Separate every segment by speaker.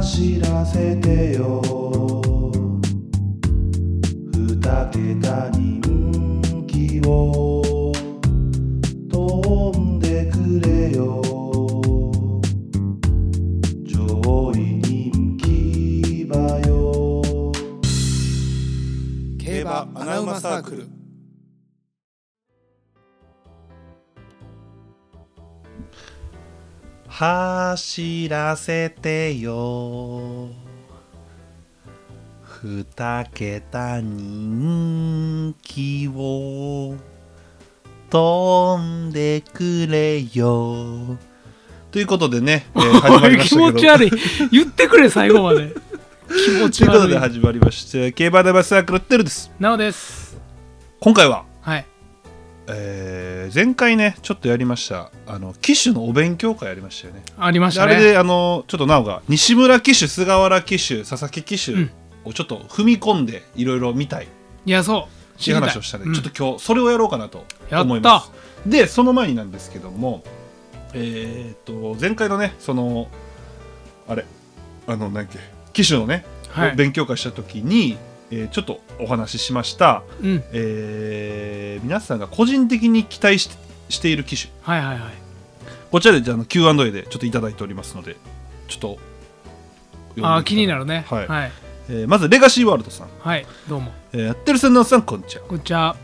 Speaker 1: 走らせてよ二桁人気を飛んでくれよ上位人気馬よ
Speaker 2: 競馬アナウマサークル
Speaker 1: 走らせてよ二桁人気を飛んでくれよということでね、 えー始まりましたけど
Speaker 3: 気持ち悪い言ってくれ最後まで気持
Speaker 1: とい
Speaker 3: ち
Speaker 1: うこと
Speaker 3: 悪
Speaker 1: で
Speaker 3: い
Speaker 1: 始まりました競馬ダバサークルテルです
Speaker 3: なおです
Speaker 1: 今回は、
Speaker 3: はい
Speaker 1: えー前回ねちょっとやりましたあの騎手のお勉強会やりましたよね
Speaker 3: ありまし
Speaker 1: で
Speaker 3: た
Speaker 1: あ
Speaker 3: ね
Speaker 1: れであのちょっとなおが西村騎手菅原騎手佐々木騎手
Speaker 3: うん
Speaker 1: をちょっと踏み込んでいろいろ見たいって
Speaker 3: いやそう
Speaker 1: いう
Speaker 3: りい
Speaker 1: 話をしたので、
Speaker 3: うん
Speaker 1: ちょっと今日それをやろうかなと
Speaker 3: やった
Speaker 1: 思いますでその前になんですけどもえーっと前回のねそのあれあの何やっけ騎手のね、
Speaker 3: はい
Speaker 1: 勉強会した時に、えーちょっとお話ししました、
Speaker 3: うん
Speaker 1: えー皆さんが個人的に期待ししている機種
Speaker 3: はいはいはい
Speaker 1: こちらでじゃああの Q&A でちょっといただいておりますのでちょっと
Speaker 3: あー気に
Speaker 1: る、
Speaker 3: なるね
Speaker 1: はい
Speaker 3: はい、
Speaker 1: えーまずレガシーワールドさん、
Speaker 3: はいどうも
Speaker 1: えーやってるさんのおっさんこんにちは
Speaker 3: こんにちは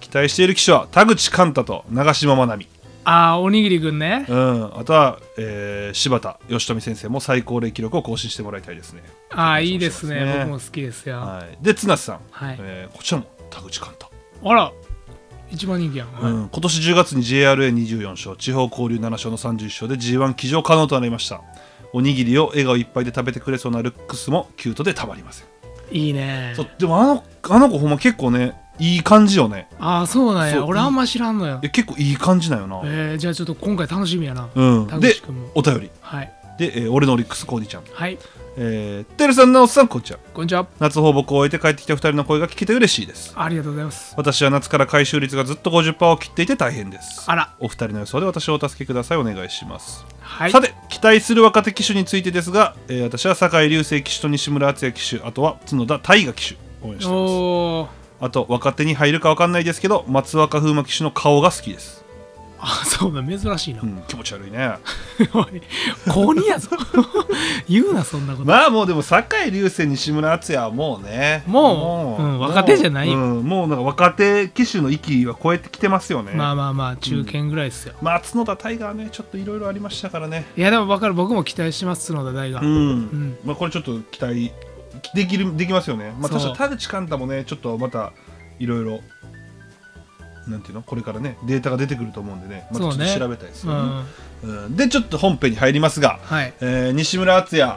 Speaker 1: 期待している機種は田口寛太と長嶋まなみ
Speaker 3: あーおにぎりくんね
Speaker 1: うんあとは、えー柴田義富先生も最高齢記録を更新してもらいたいですね
Speaker 3: あーいいですね
Speaker 1: そうですね
Speaker 3: 僕も好きですよ、
Speaker 1: はいで綱さん、
Speaker 3: はい
Speaker 1: えーこちらも田口寛太
Speaker 3: あら一番人気やん、はい
Speaker 1: うん、今年10月に JRA24 勝地方交流7勝の31勝で G1 騎乗可能となりましたおにぎりを笑顔いっぱいで食べてくれそうなルックスもキュートでたまりません、
Speaker 3: いいね
Speaker 1: そうでもあのあの子ほんま結構ねいい感じよね
Speaker 3: ああそうなん
Speaker 1: そう
Speaker 3: や俺あんま知らんのよ
Speaker 1: え結構いい感じなんよな、
Speaker 3: えー、じゃあちょっと今回楽しみやな、
Speaker 1: うん
Speaker 3: 田
Speaker 1: で
Speaker 3: 口くんも
Speaker 1: お便り
Speaker 3: はい
Speaker 1: で、えー俺のオリックスコーディちゃん、
Speaker 3: はい
Speaker 1: えー、てるさんなおっさんこんにちは
Speaker 3: こんにちは
Speaker 1: 夏放牧を終えて帰ってきた2人の声が聞けて嬉しいです
Speaker 3: ありがとうございます
Speaker 1: 私は夏から回収率がずっと50%を切っていて大変です
Speaker 3: あら
Speaker 1: お二人の予想で私をお助けくださいお願いします
Speaker 3: はい
Speaker 1: さて期待する若手騎手についてですが、えー私は酒井隆成騎手と西村敦也騎手あとは角田大河騎手応援してます
Speaker 3: おー
Speaker 1: あと若手に入るか分かんないですけど松若風磨騎手の顔が好きです、
Speaker 3: あそうだ珍しいな、
Speaker 1: うん、気持ち悪いね
Speaker 3: おい公認 やぞ言うなそんなこと、
Speaker 1: まあもうでも酒井隆成西村敦也はもうね
Speaker 3: もううん若手じゃないよ
Speaker 1: うんもうなんか若手騎手の域は超えてきてますよね、
Speaker 3: ま
Speaker 1: ま
Speaker 3: あまあまあ中堅ぐらいですよ、
Speaker 1: あ角田大河はねちょっといろいろありましたからね
Speaker 3: いやでも分かる僕も期待してます角田大が、
Speaker 1: うん、
Speaker 3: ん
Speaker 1: まあ、これちょっと期待できるできますよね、まあ、
Speaker 3: そう
Speaker 1: 確かに田口寛太もねちょっとまたいろいろなんていうのこれからねデータが出てくると思うんでねまたちょっ
Speaker 3: そう
Speaker 1: と
Speaker 3: ね
Speaker 1: 調べたいです
Speaker 3: う
Speaker 1: よね
Speaker 3: ん
Speaker 1: うんでちょっと本編に入りますが、
Speaker 3: はい
Speaker 1: えー西村敦也、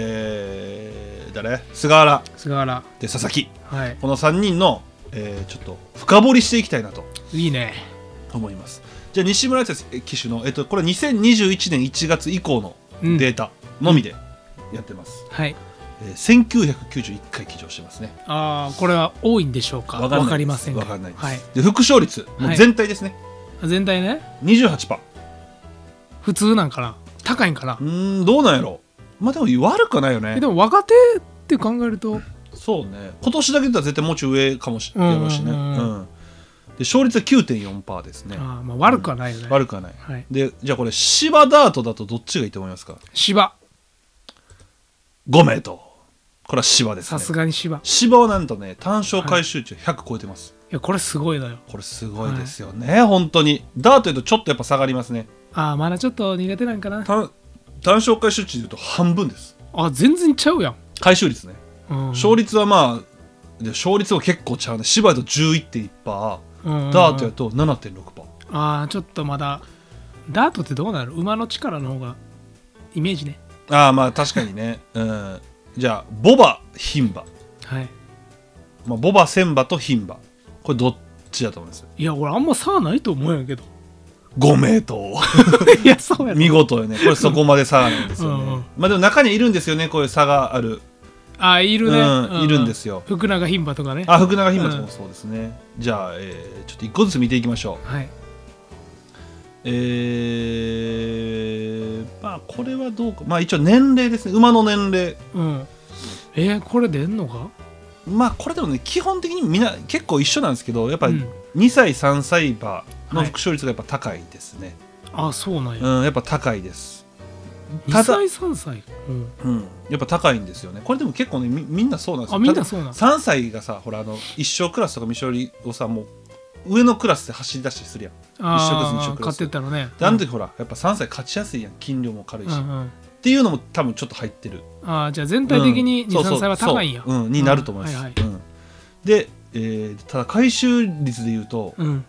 Speaker 1: えー誰菅原
Speaker 3: 菅原
Speaker 1: で佐々木
Speaker 3: はい
Speaker 1: この3人の、えーちょっと深掘りしていきたいなと
Speaker 3: いいね
Speaker 1: 思いますじゃあ西村敦也騎手の、えっと、これは2021年1月以降の
Speaker 3: うん
Speaker 1: データのみでやってます、
Speaker 3: はい
Speaker 1: えー1991回騎乗してますね。
Speaker 3: ああこれは多いんでしょうか
Speaker 1: わ
Speaker 3: 分
Speaker 1: かんないです
Speaker 3: かりませんが
Speaker 1: わかんないです。
Speaker 3: はい、
Speaker 1: で、副勝率、も
Speaker 3: は
Speaker 1: う
Speaker 3: い
Speaker 1: 全体ですね、
Speaker 3: 全体ね
Speaker 1: 28%。
Speaker 3: 普通なんかな高いんかな
Speaker 1: う、ーん、どうなんやろまあでも悪くないよ
Speaker 3: え
Speaker 1: ね
Speaker 3: で。も若手って考えると
Speaker 1: そうね。今年だけだったら絶対もうちょい上かもしれ
Speaker 3: うんうんうん
Speaker 1: ないしね。うん。で、勝率は9.4%ですね。
Speaker 3: あーまあ悪くはないよね、
Speaker 1: 悪くはない。
Speaker 3: はい
Speaker 1: で、じゃあこれ、芝ダートだとどっちがいいと思いますか
Speaker 3: 芝
Speaker 1: ?5 名と。これは芝です
Speaker 3: さ
Speaker 1: ね。
Speaker 3: すがに芝い
Speaker 1: 芝はなんとね、単勝回収値を100超えてます。
Speaker 3: やこれすごいのよ
Speaker 1: これすごいですよね、本当に。ダートよりとちょっとやっぱ下がりますね。
Speaker 3: ああまだちょっと苦手なんかな
Speaker 1: 単単勝回収値でいうと半分です
Speaker 3: あ全然ちゃうやん、
Speaker 1: 回収率ね、
Speaker 3: うん、
Speaker 1: 勝率はまあで勝率は結構ちゃうね芝居だと11.1%ダ
Speaker 3: うん
Speaker 1: ートやと7.6%
Speaker 3: ああちょっとまだダートってどうなる馬の力の方がイメージね
Speaker 1: ああまあ確かにね、うん、じゃあボバ牝馬、
Speaker 3: はい
Speaker 1: まあ、ボバ千馬と牝馬これどっちだと思います
Speaker 3: いや俺あんま差ないと思うん やけど
Speaker 1: 5名 と
Speaker 3: いやそうやろ
Speaker 1: 見事よねこれそこまで差があるんですよね、
Speaker 3: うんうん
Speaker 1: まあでも中にはいるんですよねこういう差がある
Speaker 3: ああいるね、
Speaker 1: うんいるんですよ
Speaker 3: 福永牝馬とかね
Speaker 1: あ福永牝馬ともそうですね、じゃあ、えーちょっと一個ずつ見ていきましょう
Speaker 3: はい
Speaker 1: えー、まあまあこれはどうかまあ一応年齢ですね馬の年齢
Speaker 3: うんえー、これ出んのか
Speaker 1: まあこれでもね基本的にみんな結構一緒なんですけどやっぱ
Speaker 3: う
Speaker 1: り
Speaker 3: ん
Speaker 1: 2歳3歳馬の
Speaker 3: はい
Speaker 1: 復勝率がやっぱ高いですね、
Speaker 3: あそうなんや、
Speaker 1: うんやっぱ高いです
Speaker 3: 二
Speaker 1: ただ
Speaker 3: 歳3歳、うん、
Speaker 1: うんやっぱ高いんですよねこれでも結構ねみみんなそうなんですよ
Speaker 3: あみんなそうなん
Speaker 1: 3歳がさほらあの一生クラスとか未勝利をさもう上のクラスで走り出したりするやんで
Speaker 3: あ
Speaker 1: 一緒です一緒
Speaker 3: あ
Speaker 1: です
Speaker 3: 買ってったのね
Speaker 1: あの時ほらやっぱ3歳勝ちやすいやん筋量も軽いし、
Speaker 3: う
Speaker 1: っ
Speaker 3: んうん
Speaker 1: ていうのも多分ちょっと入ってる
Speaker 3: あーじゃあ全体的に
Speaker 1: うんそうそう
Speaker 3: 23歳は高いんや
Speaker 1: そううん、になると思います、
Speaker 3: うんはい
Speaker 1: うんで、えーただ回収率でいうと、
Speaker 3: うん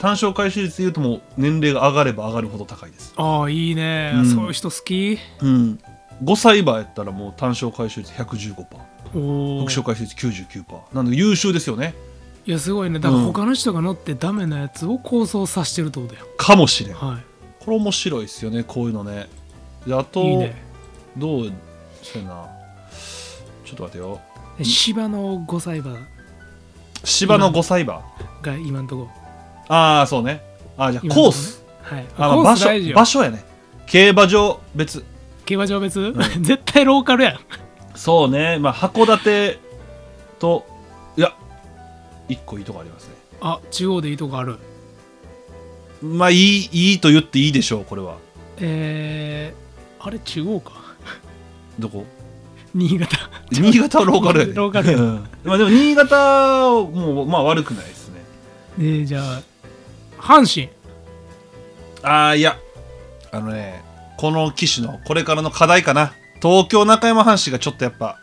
Speaker 1: 単勝回収率でいうともう年齢が上がれば上がるほど高いです、
Speaker 3: ああいいね、
Speaker 1: うん
Speaker 3: そういう人好き
Speaker 1: うん、5歳馬やったらもう単勝回収率115%
Speaker 3: おお
Speaker 1: 副賞回収率99%なので優秀ですよね
Speaker 3: いやすごいねだから
Speaker 1: うん
Speaker 3: 他の人が乗ってダメなやつを構想させてるってことや、
Speaker 1: かもしれんこ
Speaker 3: は
Speaker 1: れ面白いですよねこういうのねであ
Speaker 3: い
Speaker 1: と
Speaker 3: いいね
Speaker 1: どうしてなちょっと待てよ
Speaker 3: で芝の5歳馬
Speaker 1: 芝の5歳馬
Speaker 3: が今んとこ
Speaker 1: ああそうねあーじゃあ
Speaker 3: 今んとこね
Speaker 1: コース
Speaker 3: はい
Speaker 1: あまあ
Speaker 3: コー
Speaker 1: 場
Speaker 3: ス大事
Speaker 1: 所
Speaker 3: よ
Speaker 1: 場所やね競馬場別
Speaker 3: 競馬場別、 絶対ローカルやん
Speaker 1: そうねまあ函館といや一個いいとこありますね
Speaker 3: あ中央でいいとこある
Speaker 1: まあいいいいと言っていいでしょうこれは
Speaker 3: えー、あれ中央か
Speaker 1: どこ
Speaker 3: 新潟
Speaker 1: 新潟はローカルやで
Speaker 3: ローカルや
Speaker 1: うんまあでも新潟はもうまあ悪くないですね
Speaker 3: えー、じゃあ阪神
Speaker 1: ああいやあのねこの機種のこれからの課題かな東京中山阪神がちょっとやっぱ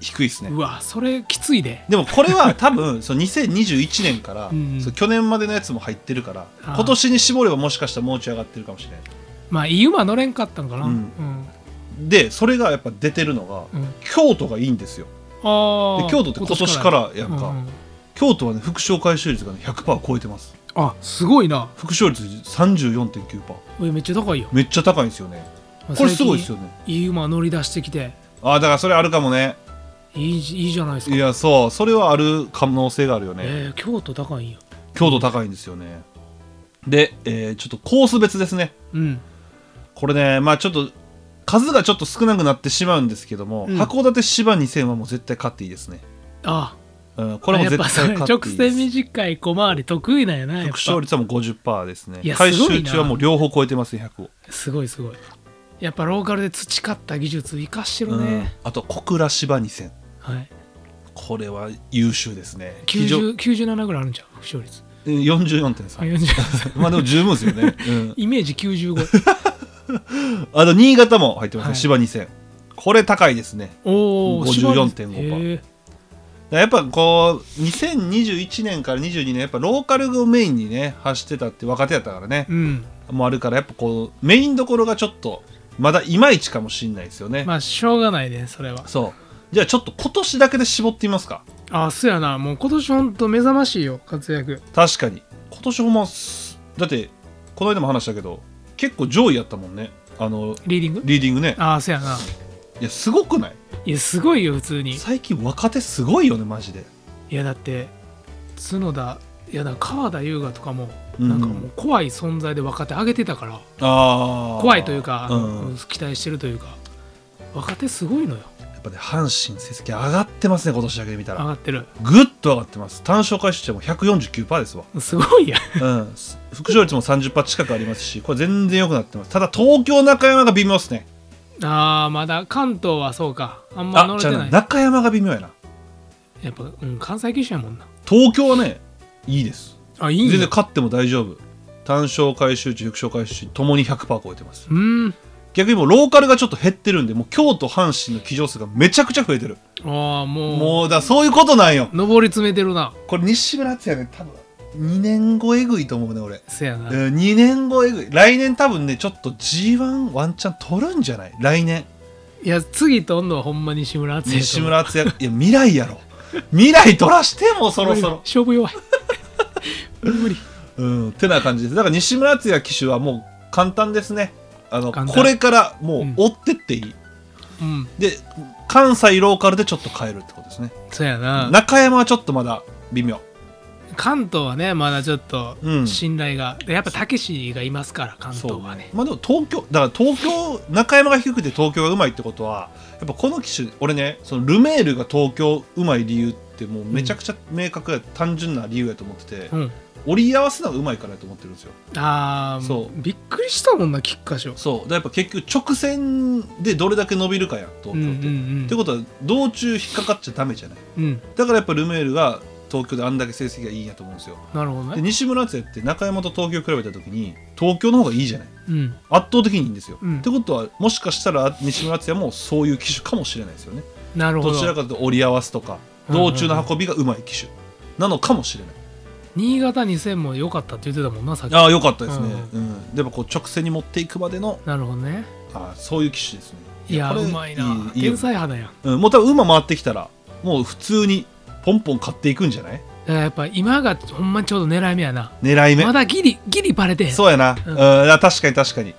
Speaker 1: 低いですね
Speaker 3: うわそれきついで
Speaker 1: でもこれは 多分その2021年から、
Speaker 3: うん
Speaker 1: そう去年までのやつも入ってるから
Speaker 3: あー
Speaker 1: 今年に絞ればもしかしたらもうちょい上がってるかもしれない
Speaker 3: まあいい馬乗れんかったんかな
Speaker 1: う
Speaker 3: うんん、
Speaker 1: でそれがやっぱ出てるのが、
Speaker 3: うん
Speaker 1: 京都がいいんですよ
Speaker 3: ああ
Speaker 1: で京都って今年からやんか
Speaker 3: うんうん
Speaker 1: 京都はね副賞回収率がね100%超えてます
Speaker 3: あすごいな
Speaker 1: 副賞率34.9%
Speaker 3: おいめっちゃ高いよ
Speaker 1: めっちゃ高いんですよねこれすごいですよね
Speaker 3: いい馬乗り出してきて
Speaker 1: ああだからそれあるかもね
Speaker 3: いいじいいじゃないですか
Speaker 1: いやそうそれはある可能性があるよね、
Speaker 3: えー、京都高いんや
Speaker 1: 強度高いんですよねで、えーちょっとコース別ですね
Speaker 3: うん
Speaker 1: これねまあちょっと数がちょっと少なくなってしまうんですけども、
Speaker 3: うん
Speaker 1: 函館芝2000はもう絶対勝っていいですね、
Speaker 3: あ
Speaker 1: うん、これも絶対
Speaker 3: やっぱ
Speaker 1: 勝
Speaker 3: そ
Speaker 1: っ
Speaker 3: れ
Speaker 1: ていい
Speaker 3: 直
Speaker 1: で
Speaker 3: 線
Speaker 1: す
Speaker 3: 短い小回り得意なんやなやっ
Speaker 1: 副勝
Speaker 3: ぱ
Speaker 1: 率はもう50%ですね
Speaker 3: いや
Speaker 1: 回
Speaker 3: すご
Speaker 1: 収
Speaker 3: いな
Speaker 1: 値はもう両方超えてますね100を、
Speaker 3: すごいすごいやっぱローカルで培った技術生かしてる
Speaker 1: うん
Speaker 3: ね、
Speaker 1: あと小倉芝2000
Speaker 3: はい
Speaker 1: これは優秀ですね非常
Speaker 3: 90 97ぐらいあるんちゃう不勝率
Speaker 1: うん
Speaker 3: あ
Speaker 1: 44.3
Speaker 3: 40
Speaker 1: まあでも十分ですよ ね、うん、
Speaker 3: イメージ95
Speaker 1: あと新潟も入ってますね、
Speaker 3: はい
Speaker 1: 芝2000これ高いですね
Speaker 3: おお
Speaker 1: 54.5%やっぱこう2021年から22年やっぱローカルをメインにね走ってたって若手やったからね、
Speaker 3: うん
Speaker 1: もあるからやっぱこうメインどころがちょっとまだいまいちかもしんないですよね、
Speaker 3: まあしょうがないねそれは
Speaker 1: そうじゃあちょっと今年だけで絞ってみますか
Speaker 3: あそうやなもう今年ほんと目覚ましいよ活躍
Speaker 1: 確かに今年ほんますだってこの間も話したけど結構上位やったもんねあの
Speaker 3: リーディング
Speaker 1: リーディングね
Speaker 3: あそうやない
Speaker 1: やすごくない
Speaker 3: いやすごいよ普通に
Speaker 1: 最近若手すごいよねマジで
Speaker 3: いやだって角田いやだから川田優雅とかも
Speaker 1: うん
Speaker 3: なんかもう怖い存在で若手上げてたから、
Speaker 1: ああ
Speaker 3: 怖いというか、
Speaker 1: うんや
Speaker 3: 期待してるというか若手すごいのよ
Speaker 1: っぱね阪神成績上がってますね今年だけで見たら
Speaker 3: 上がってる
Speaker 1: ぐっと上がってます単勝回収値はもう149%ですわ、
Speaker 3: すごいや
Speaker 1: うん、副勝率も30%近くありますしこれ全然良くなってますただ東京中山が微妙ですね
Speaker 3: あーまだ関東はそうかあんま乗
Speaker 1: あ
Speaker 3: れ
Speaker 1: じゃあ
Speaker 3: てな
Speaker 1: ない中山が微妙やな
Speaker 3: やっぱ、うん、関西九州やもんな
Speaker 1: 東京はねいいです
Speaker 3: あいい
Speaker 1: 全然
Speaker 3: ね
Speaker 1: 勝っても大丈夫単勝回収値副勝回収値ともに100%超えてます
Speaker 3: うん
Speaker 1: 逆にもうローカルがちょっと減ってるんでもう京都阪神の騎乗数がめちゃくちゃ増えてる
Speaker 3: ああもう
Speaker 1: もうだそういうことなんよ
Speaker 3: 上り詰めてるな
Speaker 1: これ西村敦也ね多分2年後えぐいと思うね俺
Speaker 3: せやな、
Speaker 1: うん2年後えぐい来年多分ねちょっと G1 ワンチャン取るんじゃない来年
Speaker 3: いや次とんのはほんま西村敦也と
Speaker 1: 西村敦也いや未来やろ未来取らしてもうそろそろ
Speaker 3: 勝負弱い無理
Speaker 1: うんてな感じですだから西村敦也騎手はもう簡単ですねあの
Speaker 3: 簡単
Speaker 1: これからも
Speaker 3: うん
Speaker 1: う追ってっていい、
Speaker 3: うん
Speaker 1: で関西ローカルでちょっと変えるってことですね
Speaker 3: そうやな
Speaker 1: 中山はちょっとまだ微妙
Speaker 3: 関東はねまだちょっと
Speaker 1: うん
Speaker 3: 信頼が、でやっぱたけしがいますから関東はね
Speaker 1: まあでも東京だから東京中山が低くて東京がうまいってことはやっぱこの機種俺ねそのルメールが東京うまい理由ってもうめちゃくちゃ明確や、単純な理由やと思ってて、
Speaker 3: うん
Speaker 1: 折り合わせのがうまいからやと思ってるんですよ
Speaker 3: ああ
Speaker 1: そう
Speaker 3: びっくりしたもんな菊花賞
Speaker 1: そうだからやっぱ結局直線でどれだけ伸びるかや東京って、
Speaker 3: うんうん
Speaker 1: っ
Speaker 3: う
Speaker 1: て
Speaker 3: ん
Speaker 1: ことは道中引っかかっちゃダメじゃない
Speaker 3: うん
Speaker 1: だからやっぱルメールが東京であんだけ成績がいいんやと思うんですよ
Speaker 3: なるほど
Speaker 1: で
Speaker 3: ね
Speaker 1: 西村敦也って中山と東京比べた時に東京の方がいいじゃない
Speaker 3: うん
Speaker 1: 圧倒的にいいんですよ、
Speaker 3: うん
Speaker 1: ってことはもしかしたら西村敦也もそういう機種かもしれないですよね
Speaker 3: なるほ
Speaker 1: どちら
Speaker 3: ど
Speaker 1: かというと折り合わすとか
Speaker 3: うんうんうん
Speaker 1: 道中の運びがうまい機種なのかもしれない、
Speaker 3: 新潟2000も良かったって言ってたもんなさっき
Speaker 1: ああよかったですね、う
Speaker 3: うん
Speaker 1: でもこう直線に持っていくまでの
Speaker 3: なるほどね
Speaker 1: あーそういう機種ですね
Speaker 3: いや
Speaker 1: これ
Speaker 3: うまいない
Speaker 1: いいよ
Speaker 3: 天才肌やん
Speaker 1: うん、もう多分馬回ってきたらもう普通にポンポン買っていくんじゃない
Speaker 3: だからやっぱ今がほんまにちょうど狙い目やな
Speaker 1: 狙い目
Speaker 3: まだギリギリバレてへん
Speaker 1: そうやな、う、
Speaker 3: うんん
Speaker 1: あ確かに確かに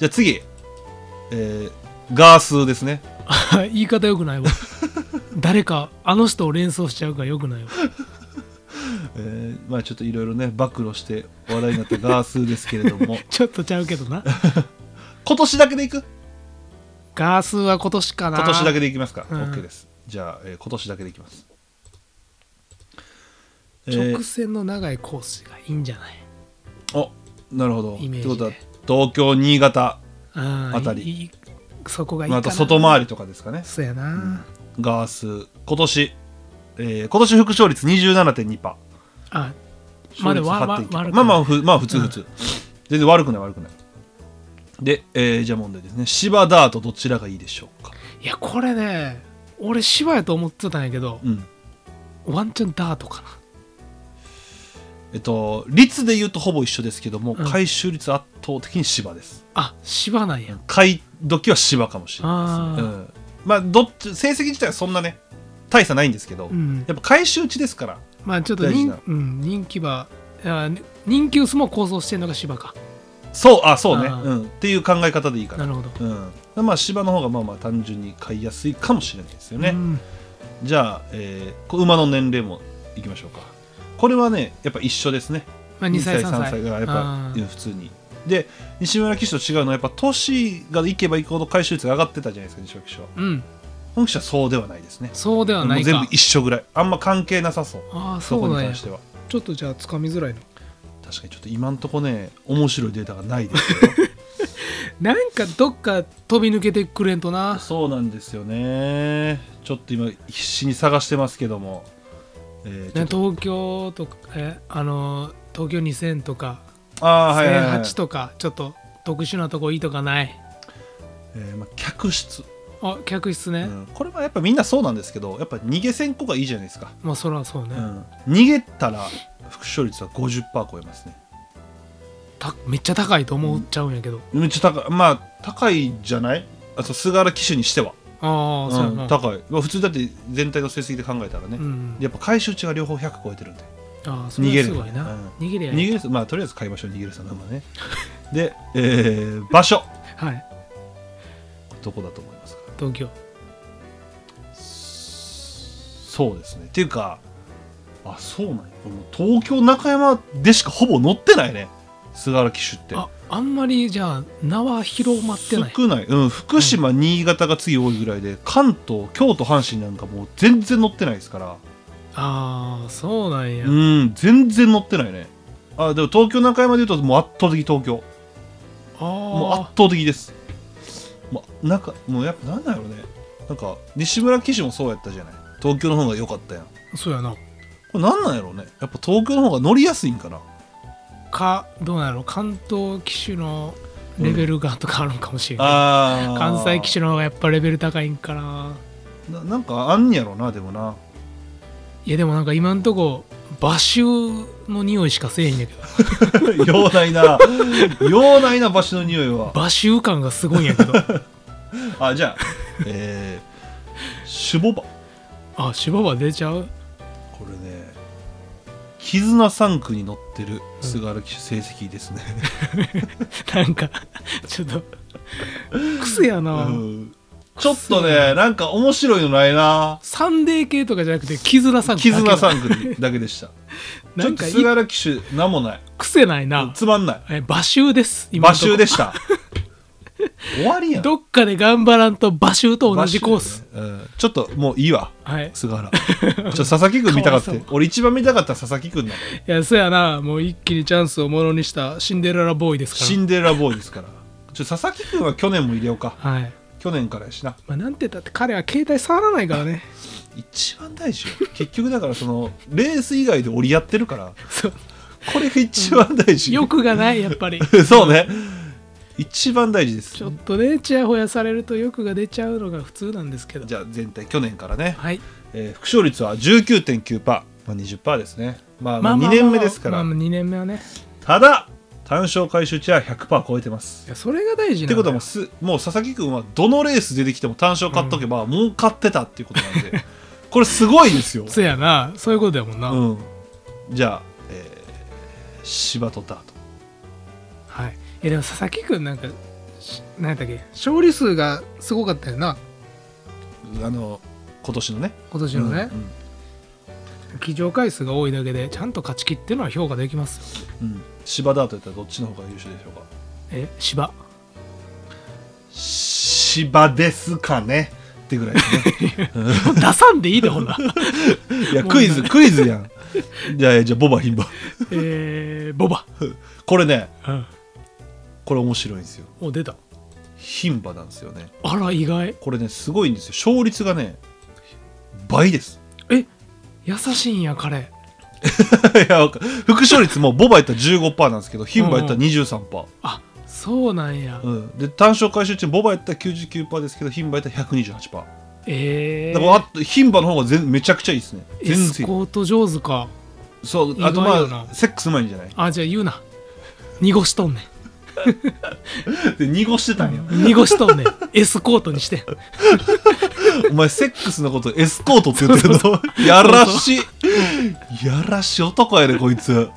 Speaker 1: じゃあ次、えー、ガースーですね
Speaker 3: 言い方よくないわ誰かあの人を連想しちゃうからよくないわ
Speaker 1: えーまあちょっといろいろね暴露して話題になったガースーですけれど も
Speaker 3: ちょっとちゃうけど な
Speaker 1: 今年だけでいく
Speaker 3: ガースは今年かな
Speaker 1: 今年だ
Speaker 3: け
Speaker 1: けでいきますか、
Speaker 3: うん
Speaker 1: OK ですじゃあ、えー今年だけでいきます、え
Speaker 3: 直
Speaker 1: ー、
Speaker 3: 線の長いコースがいいんじゃない
Speaker 1: おなるほど
Speaker 3: イメー
Speaker 1: っ
Speaker 3: ジ
Speaker 1: て
Speaker 3: で
Speaker 1: ことは東京新潟
Speaker 3: あ
Speaker 1: あたり
Speaker 3: いいそこがいい
Speaker 1: ま
Speaker 3: か
Speaker 1: あ
Speaker 3: な
Speaker 1: あと外回りとかですかね
Speaker 3: そうやな、
Speaker 1: ガース今年、えー今年副勝率27.2%
Speaker 3: あま
Speaker 1: ま
Speaker 3: あ
Speaker 1: で
Speaker 3: でもわわ
Speaker 1: ま
Speaker 3: 悪くない
Speaker 1: あまあふまあ普通普通、全然悪くない悪くないで、えーじゃあ問題ですね芝ダートどちらがいいでしょうか
Speaker 3: いやこれね俺芝やと思ってたんやけど
Speaker 1: うん
Speaker 3: ワンチャンダートかな
Speaker 1: えっと率で言うとほぼ一緒ですけども、
Speaker 3: うん
Speaker 1: 回収率圧倒的に芝です
Speaker 3: あ芝なんや
Speaker 1: 買い時は芝かもしれないですね、
Speaker 3: あ
Speaker 1: うん、まあどっち成績自体はそんなね大差ないんですけど、
Speaker 3: うん
Speaker 1: やっぱ回収値ですから
Speaker 3: まあちょっと
Speaker 1: 大事
Speaker 3: 人,、
Speaker 1: な
Speaker 3: うん、人気馬いや人気薄も構想してるのが芝か
Speaker 1: そうあそうね
Speaker 3: あー
Speaker 1: うんっていう考え方でいいかな
Speaker 3: なるほど
Speaker 1: うん、まあ芝の方がまあまあ単純に買いやすいかもしれないですよね、
Speaker 3: うん
Speaker 1: じゃあ、えーこ馬の年齢もいきましょうかこれはねやっぱ一緒ですね
Speaker 3: まあ、2歳3歳
Speaker 1: 3歳がやっぱ
Speaker 3: あ
Speaker 1: うん
Speaker 3: ー
Speaker 1: 普通にで西村騎手と違うのはやっぱ年がいけばいくほど回収率が上がってたじゃないですか西村騎手は
Speaker 3: うん
Speaker 1: 本騎手はそうではないですね
Speaker 3: そうでは
Speaker 1: も
Speaker 3: な
Speaker 1: う
Speaker 3: い
Speaker 1: 全
Speaker 3: か
Speaker 1: 部一緒ぐらいあんま関係なさそう
Speaker 3: ああ
Speaker 1: そ
Speaker 3: そ
Speaker 1: こ
Speaker 3: う
Speaker 1: に
Speaker 3: なんや
Speaker 1: 関し
Speaker 3: ち
Speaker 1: ては
Speaker 3: ょっとじゃあつかみづらいの
Speaker 1: 確かにちょっと今んとこね面白いデータがないです よ
Speaker 3: なんかどっか飛び抜けてくれんとな
Speaker 1: そうなんですよねちょっと今必死に探してますけども、えーちょ
Speaker 3: ね
Speaker 1: っと
Speaker 3: 東京とかえあのー東京2000とか
Speaker 1: あーはいはい、はい
Speaker 3: 1008とかちょっと特殊なとこいいとかない
Speaker 1: えーまあ、客室
Speaker 3: あ客室ね、
Speaker 1: うんこれはやっぱみんなそうなんですけどやっぱ逃げ線こがいいじゃないですか、
Speaker 3: まあそらそうね、
Speaker 1: うん逃げたら副勝率は50%超えますね
Speaker 3: ためっちゃ高いと思っちゃうんやけど、
Speaker 1: めっちゃ高いまあ高いじゃないあそう菅原騎手にしては、
Speaker 3: ああそうや
Speaker 1: うん
Speaker 3: な
Speaker 1: 高い、まあ、普通だって全体の成績で考えたらね、
Speaker 3: うん
Speaker 1: やっぱ回収値が両方100超えてるんで
Speaker 3: ああそれはすごいな逃げりゃい
Speaker 1: 逃
Speaker 3: い
Speaker 1: げるまあとりあえず買いましょう逃げるさんの馬ねで、えー場所
Speaker 3: はい
Speaker 1: どこだと思いますか
Speaker 3: 東京
Speaker 1: そうですねっていうかあそうなんやこれもう東京中山でしかほぼ乗ってないね菅原騎手って
Speaker 3: ああんまりじゃあ名は広まってない
Speaker 1: 少ない、うん、福島、新潟が次多いぐらいで関東京都阪神なんかもう全然乗ってないですから
Speaker 3: ああそうなんや、
Speaker 1: うん全然乗ってないねあでも東京中山でいうともう圧倒的東京
Speaker 3: あ
Speaker 1: もう圧
Speaker 3: あ
Speaker 1: 倒的ですもうなんかもうやっぱなんだろうねなんか西村騎手もそうやったじゃない東京の方が良かったやんこ
Speaker 3: そうやな
Speaker 1: れなんなんやろうねやっぱ東京の方が乗りやすいんかな
Speaker 3: かどうなの関東機種のレベルがとかあるんかもしれない、
Speaker 1: あー
Speaker 3: 関西機種の方がやっぱレベル高いんかな
Speaker 1: ななんかあんやろなでもない
Speaker 3: やでもなんか今んとこ馬臭の匂いしかせえへんやけど
Speaker 1: 用ないな用ないな場所の匂いは
Speaker 3: 馬臭感がすごいんやけ ど
Speaker 1: あじゃあ えー、守護馬
Speaker 3: あ芝は出ちゃう
Speaker 1: これね絆3区に乗ってる菅原騎手成績ですね、
Speaker 3: なんかちょっと癖や
Speaker 1: う
Speaker 3: な、
Speaker 1: んちょっとねなんか面白いのないな
Speaker 3: サンデー系とかじゃなくて絆さんだけ
Speaker 1: 絆
Speaker 3: だ
Speaker 1: 3区だけでしたち
Speaker 3: な
Speaker 1: ょっ
Speaker 3: ん
Speaker 1: と
Speaker 3: か
Speaker 1: 津軽騎手なんもない
Speaker 3: 癖ないな。
Speaker 1: つまんない
Speaker 3: え、馬臭です。今
Speaker 1: 馬
Speaker 3: のとこ
Speaker 1: 臭でした 終わりやん
Speaker 3: どっかで頑張らんと馬臭と同じコー
Speaker 1: 馬
Speaker 3: ス。
Speaker 1: 臭だねうんちょっともういいわ
Speaker 3: はい。
Speaker 1: 菅 原ちょっと佐々木君見たかっ
Speaker 3: かわい
Speaker 1: て俺一番見たかった佐々木君なのよ
Speaker 3: いや、そやな。もう一気にチャンスをものにしたシンデレラボーイです
Speaker 1: シ
Speaker 3: か。
Speaker 1: ンデレラボーイですからちょ佐々木君は去年も入れようから
Speaker 3: はい。
Speaker 1: 去年からやしな
Speaker 3: まあ、なんて言ったって彼は携帯触らないからね。
Speaker 1: 一番大事よ結局だからそのレース以外で折り合ってるから
Speaker 3: そう。
Speaker 1: これが一番大事
Speaker 3: 欲がない、やっ ぱり。
Speaker 1: そうね一番大事です
Speaker 3: ちょっとね、ちやほやされると欲が出ちゃうのが普通なんですけど。
Speaker 1: じゃあ全体去年からね、
Speaker 3: はい。
Speaker 1: えー復勝率は19.9%、まあ、20%ですねまあ、ま
Speaker 3: ま
Speaker 1: あ
Speaker 3: あま
Speaker 1: 2
Speaker 3: あ
Speaker 1: 年目ですから、
Speaker 3: まあ、2年目はね。
Speaker 1: ただ単勝回収値は100%超えてます
Speaker 3: いや、それが大事
Speaker 1: って
Speaker 3: なんだよ
Speaker 1: ことはもうすもう佐々木君はどのレース出てきても単勝買っとけば儲かってたっていうことなんで、これすごいですよ、
Speaker 3: そやな。そういうことやもんな。
Speaker 1: うん、じゃあ、えー、芝とダート
Speaker 3: はい。え、でも佐々木くんなんか、し何やったっけ勝利数がすごかったよな。
Speaker 1: あの今年のね
Speaker 3: 今年のね
Speaker 1: う。ん
Speaker 3: 騎乗回数が多いだけで、ちゃんと勝ち切っていうのは評価できますよ。
Speaker 1: うんうん芝ダートやったらどっちの方が優勝でしょうか
Speaker 3: え、芝。
Speaker 1: 芝ですかねってぐらいですね
Speaker 3: 出さんでいいでほん なら。
Speaker 1: いや
Speaker 3: もう
Speaker 1: クイズクイズやんじゃあじゃあボバヒンバ
Speaker 3: えー、ボバ。
Speaker 1: これね
Speaker 3: うん。
Speaker 1: これ面白いんですよ
Speaker 3: もう出た。
Speaker 1: 牝馬なんですよね
Speaker 3: あら、意外。
Speaker 1: これねすごいんですよ勝率がね倍です
Speaker 3: え、優しいんや、彼。
Speaker 1: いやわか副勝率もボバやったら15%なんですけど牝馬やったら23%、
Speaker 3: あ、そうなんや。
Speaker 1: うん、で単勝回収中ボバやったら99%ですけど牝馬やったら128%だか
Speaker 3: えー。
Speaker 1: らあと牝馬の方が全めちゃくちゃいいですね
Speaker 3: エ
Speaker 1: 全
Speaker 3: ス
Speaker 1: 然いい
Speaker 3: コート上手か。
Speaker 1: そうあと
Speaker 3: 意外
Speaker 1: ま
Speaker 3: よな
Speaker 1: あセックスうまいんじゃない
Speaker 3: あ、じゃあ言うな。濁しとんね
Speaker 1: で濁してたんよ
Speaker 3: ん。濁しとんねん。エスコートにしてん。
Speaker 1: お前セックスのことエスコートって言ってるのやらしい やらしい男やでこいつ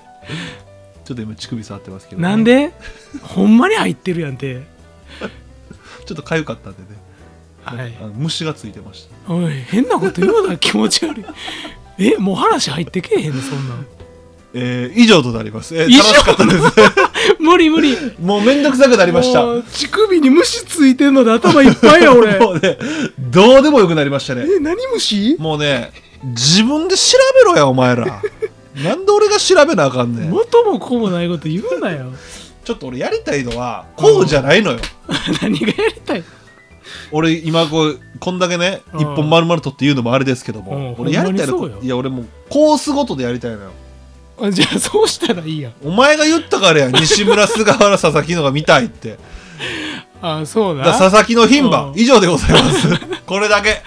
Speaker 1: ちょっと今乳首触ってますけどね、
Speaker 3: なんでほんまに入ってるやんて。
Speaker 1: ちょっと痒かったんでね
Speaker 3: はい
Speaker 1: あ。の虫がついてました
Speaker 3: おい変なこと言うな気持ち悪いえもう話入ってけえへんのそんなん
Speaker 1: えー以上となります、えー
Speaker 3: 以上
Speaker 1: 楽しかった です
Speaker 3: 無理無理
Speaker 1: もうめんどくさくなりました
Speaker 3: も
Speaker 1: も
Speaker 3: う乳首に虫ついてんので頭いっぱいや 俺
Speaker 1: うねどうでもよくなりましたね
Speaker 3: え何虫
Speaker 1: もうね自分で調べろやお前 らなんで俺が調べなあかんねん
Speaker 3: 元も子もないこと言うなよ
Speaker 1: ちょっと俺やりたいのはこうじゃないのよ
Speaker 3: 何がやりたい
Speaker 1: 俺今こうこんだけね
Speaker 3: うん
Speaker 1: 一本丸々取って言うのもあれですけど
Speaker 3: うん
Speaker 1: も俺やりたい
Speaker 3: ほんまに
Speaker 1: の
Speaker 3: そうよ
Speaker 1: いや俺もうコースごとでやりたいのよ
Speaker 3: あじゃあそうしたらいいやん
Speaker 1: お前が言ったからや西村菅原佐々木のが見たいっ て
Speaker 3: あそう
Speaker 1: だから
Speaker 3: な
Speaker 1: 佐々木の牝
Speaker 3: う
Speaker 1: 馬
Speaker 3: ん
Speaker 1: 以上でございます これだけ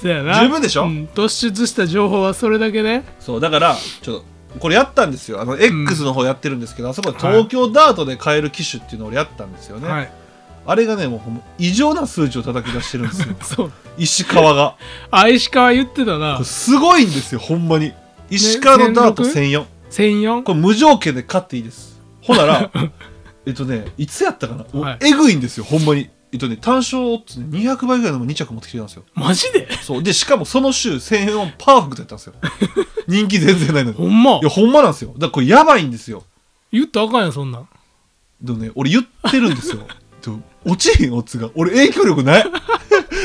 Speaker 3: そうやな
Speaker 1: 十分でしょ
Speaker 3: うん突出した情報はそれだけね
Speaker 1: そうだからちょっとこれやったんですよあの X の方やってるんですけど、あそこで東京ダートで買える機種っていうのを俺やったんですよね、
Speaker 3: はい
Speaker 1: あれがねもうほんま異常な数値を叩き出してるんですよ
Speaker 3: そう
Speaker 1: 石川が
Speaker 3: あ石川言ってた
Speaker 1: こ
Speaker 3: な
Speaker 1: れすごいんですよほんまに石川のダート
Speaker 3: ね
Speaker 1: 1004
Speaker 3: 1004
Speaker 1: これ無条件で勝っていいですほな らえっとねいつやったかな、もう
Speaker 3: はい
Speaker 1: えぐいんですよほんまにえっとね単勝オッズね200倍ぐらいの2着持ってきてたんですよ
Speaker 3: マジで
Speaker 1: そうでしかもその週1004パーフェクトやったんです よ人気全然ないのに
Speaker 3: ほんま
Speaker 1: いやほんまなんですよだからこれやばいんですよ
Speaker 3: 言ったらあかんやんそんなん
Speaker 1: でもね俺言ってるん ですよでも落ちへんオッズが俺影響力ない だか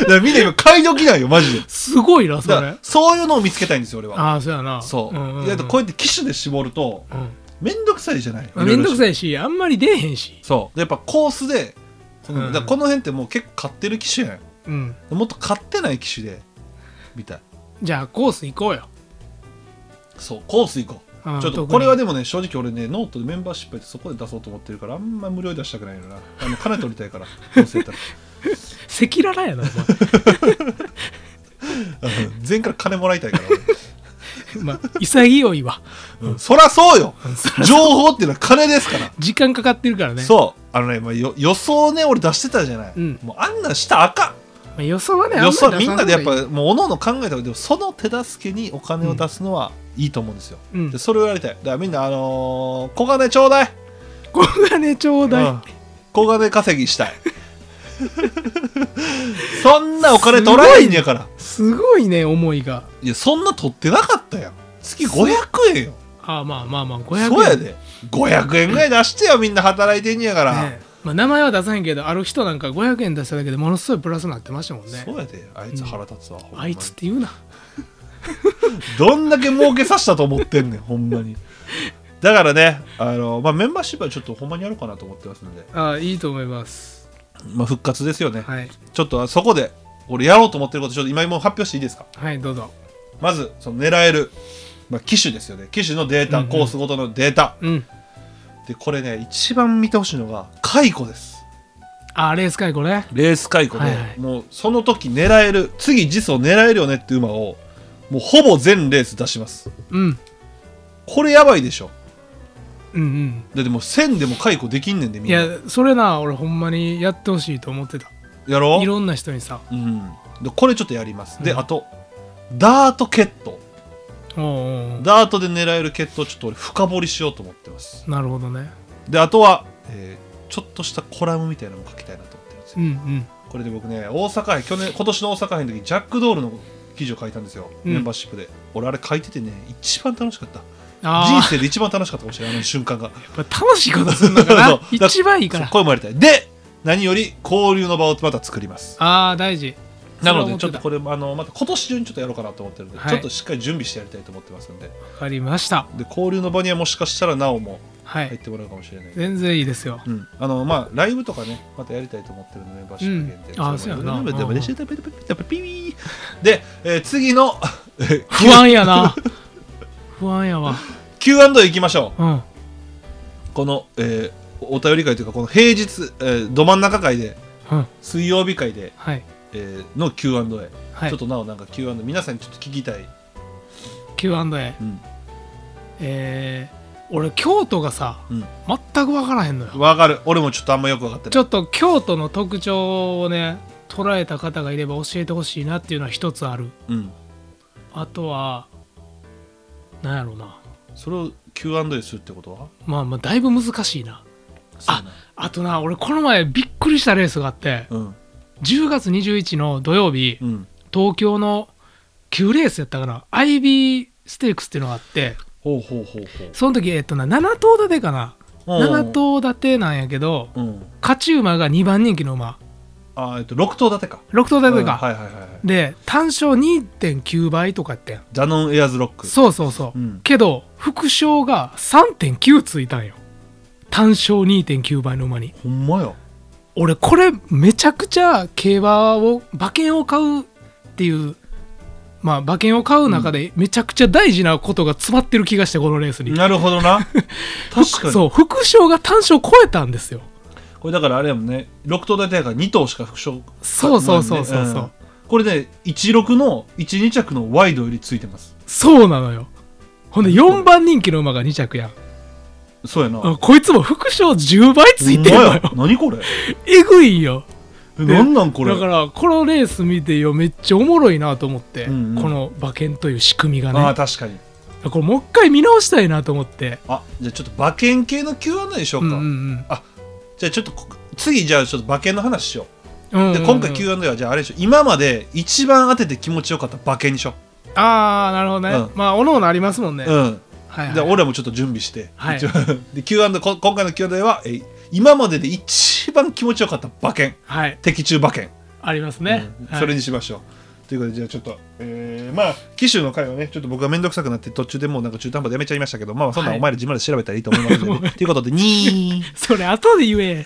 Speaker 1: らみんな今買い時ないよマジです
Speaker 3: ごいな そ
Speaker 1: だか
Speaker 3: れ
Speaker 1: らそういうのを見つけたいんですよ俺は
Speaker 3: ああそうやな
Speaker 1: そう,、
Speaker 3: んんん
Speaker 1: だってこうやって機種で絞ると
Speaker 3: うん
Speaker 1: めんどくさいじゃない
Speaker 3: まあめんどく
Speaker 1: い
Speaker 3: さいし、あんまり出えへんし。
Speaker 1: そうでやっぱコースでこの,、
Speaker 3: うん
Speaker 1: だからこの辺ってもう結構買ってる機種やん
Speaker 3: うん。
Speaker 1: もっと買ってない機種でみたい
Speaker 3: じゃあ、コース行こうよ。
Speaker 1: そうコース行こう
Speaker 3: うん
Speaker 1: ちょっと
Speaker 3: 特に
Speaker 1: これはでもね正直俺ねノートでメンバーシップやってそこで出そうと思ってるからあんま無料で出したくないのなあの金取りたい からどうせやったら
Speaker 3: 赤裸々やな、
Speaker 1: うん全員から金もらいたいから
Speaker 3: お前。ま あ、潔いわ。
Speaker 1: 俺、うんそらそうよ
Speaker 3: うんそ
Speaker 1: 情報っていうのは金ですから
Speaker 3: 時間かかってるからね。
Speaker 1: そうあのね、まあ、よ予想ね俺出してたじゃない、
Speaker 3: うん
Speaker 1: もうあんなんしたらあかん
Speaker 3: まあ、予想はね、
Speaker 1: よそ
Speaker 3: あま
Speaker 1: み
Speaker 3: り
Speaker 1: んなでやっ
Speaker 3: 出さ
Speaker 1: ぱもうおのの考えたけどその手助けにお金を出すのはいいと思うんですよ、
Speaker 3: ない方がいい、う
Speaker 1: で
Speaker 3: ん。
Speaker 1: それをやりたいだからみんなあのー小金ちょうだい
Speaker 3: 小金ちょうだ
Speaker 1: う
Speaker 3: い
Speaker 1: ん。小金稼ぎしたい そんなお金取らないんやから
Speaker 3: すごいね、思いが。
Speaker 1: いやそんな取ってなかったやん月500円よ
Speaker 3: ああまあまあまあ500円
Speaker 1: そうやで500円ぐらい出してよみんな働いてんやから、
Speaker 3: ねまあ、名前は出さへんけどある人なんか500円出しただけでものすごいプラスになってましたもんね
Speaker 1: そうやであいつ腹立つわ、ほんまに
Speaker 3: あいつって言うな
Speaker 1: どんだけ儲けさせたと思ってんねんほんまにだからねあの、まあ、メンバーシップはちょっとほんまにやろうかなと思ってますんで、
Speaker 3: ああいいと思います
Speaker 1: まあ、復活ですよね、
Speaker 3: はい
Speaker 1: ちょっとそこで俺やろうと思ってることちょっと今もう発表していいですか
Speaker 3: はいどうぞ
Speaker 1: まずその狙える、まあ、機種ですよね機種のデータ、
Speaker 3: うんうん
Speaker 1: コースごとのデータ
Speaker 3: うん
Speaker 1: でこれね一番見てほしいのが解雇です
Speaker 3: ああレース会これ
Speaker 1: レース解雇で、
Speaker 3: はいはい
Speaker 1: もうその時狙える次実を狙えるよねって馬をもうほぼ全レース出します
Speaker 3: うん
Speaker 1: これやばいでしょ
Speaker 3: うん
Speaker 1: だってもう1000でも解雇できんねんで
Speaker 3: う
Speaker 1: み
Speaker 3: ん
Speaker 1: ん
Speaker 3: い
Speaker 1: な
Speaker 3: やそれな俺ほんまにやってほしいと思ってた
Speaker 1: やろう
Speaker 3: いろんな人にさ
Speaker 1: うん、でこれちょっとやります、で
Speaker 3: うん
Speaker 1: あとダート決闘
Speaker 3: おうおうおう
Speaker 1: ダートで狙える決闘ちょっと俺深掘りしようと思ってます
Speaker 3: なるほどね
Speaker 1: であとは、えーちょっとしたコラムみたいなのも書きたいなと思ってるんです
Speaker 3: う
Speaker 1: よ
Speaker 3: んうん
Speaker 1: これで僕ね大阪杯去年今年の大阪杯の時ジャックドールの記事を書いたんですよ、
Speaker 3: うん
Speaker 1: メンバーシップで俺あれ書いててね一番楽しかった人
Speaker 3: ああ
Speaker 1: 生で一番楽しかったかもしれないあの瞬間が
Speaker 3: やっぱ楽しいことする のか
Speaker 1: そう
Speaker 3: な
Speaker 1: そうだ
Speaker 3: 一番いいか
Speaker 1: そう
Speaker 3: ら
Speaker 1: これもやりたいで何より交流の場をまた作ります
Speaker 3: ああ大事
Speaker 1: なのでち
Speaker 3: そ
Speaker 1: ょっと
Speaker 3: れは
Speaker 1: こ
Speaker 3: 思
Speaker 1: れもあのまた今年中にちょっとやろうかなと思ってるんで、
Speaker 3: はい
Speaker 1: ちょっとしっかり準備してやりたいと思ってますんで
Speaker 3: わかりました
Speaker 1: で交流の場にはもしかしたらなおも
Speaker 3: はい、
Speaker 1: 入ってもらうかもしれない、
Speaker 3: 全然い いですよ
Speaker 1: うん、あのまあライブとかねまたやりたいと思ってるのでメンバーシップ限定で、
Speaker 3: うんあそうやな
Speaker 1: で
Speaker 3: うんうん
Speaker 1: でででででえー次の
Speaker 3: 不安やな不安やわ
Speaker 1: Q&A いきましょ
Speaker 3: うん
Speaker 1: うこの、えーおお便り会というかこの平日、えーど真ん中会で
Speaker 3: うん
Speaker 1: 水曜日会で、
Speaker 3: はい
Speaker 1: えーの Q&A、
Speaker 3: はい
Speaker 1: ちょっとなおなんか Q&A 皆さんにちょっと聞きたい、
Speaker 3: Q&A
Speaker 1: うん
Speaker 3: えー、俺京都がさ
Speaker 1: うん、
Speaker 3: 全く分からへんのよ
Speaker 1: わかる俺もちょっとあんまよくわかってない
Speaker 3: ちょっと京都の特徴をね捉えた方がいれば教えてほしいなっていうのは一つある
Speaker 1: うん、
Speaker 3: あとはなんやろうな
Speaker 1: それを Q&A するってことは
Speaker 3: まあまあだいぶ難しいな
Speaker 1: そうな
Speaker 3: あとな俺この前びっくりしたレースがあって
Speaker 1: うん
Speaker 3: 10月21の土曜日
Speaker 1: うん
Speaker 3: 東京の9レースやったかな IB ステークスっていうのがあって
Speaker 1: ほうほうほうほう
Speaker 3: その時えっとな7頭立てかな7頭立てなんやけど
Speaker 1: うん
Speaker 3: 勝ち馬が2番人気の馬
Speaker 1: あえっと6頭立てか
Speaker 3: 6頭立て
Speaker 1: うん
Speaker 3: か、
Speaker 1: はいはいはいはい
Speaker 3: で単勝2.9倍とかやってん
Speaker 1: ジャノンエアーズロック
Speaker 3: そうそうそう、
Speaker 1: うん
Speaker 3: けど副賞が3.9ついたんよ単勝2.9倍の馬に
Speaker 1: ほんまや
Speaker 3: 俺これめちゃくちゃ競馬を馬券を買うっていうまあ馬券を買う中でめちゃくちゃ大事なことが詰まってる気がしてこのレー スに、
Speaker 1: なるほどな確かに
Speaker 3: そう副賞が単勝超えたんですよ
Speaker 1: これだからあれやもんね6頭立てやから2頭しか副賞
Speaker 3: そうそうそうそうそう、
Speaker 1: んこれね16の12着のワイドよりついてます
Speaker 3: そうなのよほんで4番人気の馬が2着やん
Speaker 1: そうやな
Speaker 3: あこいつも副賞10倍ついてるのよ
Speaker 1: ほんまや何これ
Speaker 3: えぐいんよ
Speaker 1: え
Speaker 3: で
Speaker 1: 何なんこれ
Speaker 3: だからこのレース見てよめっちゃおもろいなと思って、
Speaker 1: うんうん
Speaker 3: この馬券という仕組みが
Speaker 1: ああ
Speaker 3: ね
Speaker 1: 確かに
Speaker 3: これもう一回見直したいなと思って
Speaker 1: あじゃあちょっと馬券系の Q&A にしよ
Speaker 3: う
Speaker 1: うんか、
Speaker 3: うん
Speaker 1: じゃあちょっとこ次じゃあちょっと馬券の話しよう
Speaker 3: うん
Speaker 1: で
Speaker 3: うんうん
Speaker 1: 今回 Q&A はじゃああれでしょ今まで一番当てて気持ちよかった馬券にしよ
Speaker 3: ああなるほどね、
Speaker 1: うん
Speaker 3: まあおのおのありますもんね、
Speaker 1: う、うん
Speaker 3: はいはい
Speaker 1: で俺らもちょっと準備して、
Speaker 3: はい
Speaker 1: 一応で Q&A こ今回の Q&A はえー今までで一番気持ちよかった馬券
Speaker 3: はい
Speaker 1: 的中馬券、
Speaker 3: ありますね、
Speaker 1: うん
Speaker 3: はい
Speaker 1: それにしましょうということでじゃあちょっと、えーまあ機種の回はねちょっと僕が面倒くさくなって途中でもうなんか中途半端でやめちゃいましたけどまあそんなん
Speaker 3: はい
Speaker 1: お前ら自分らで調べたらいいと思いますので、 ねということでにー
Speaker 3: それ後で言え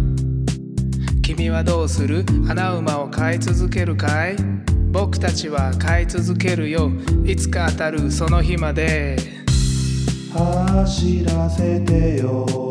Speaker 3: 君はどうする穴馬を飼い続けるかい僕たちは飼い続けるよいつか当たるその日まで
Speaker 2: 走らせてよ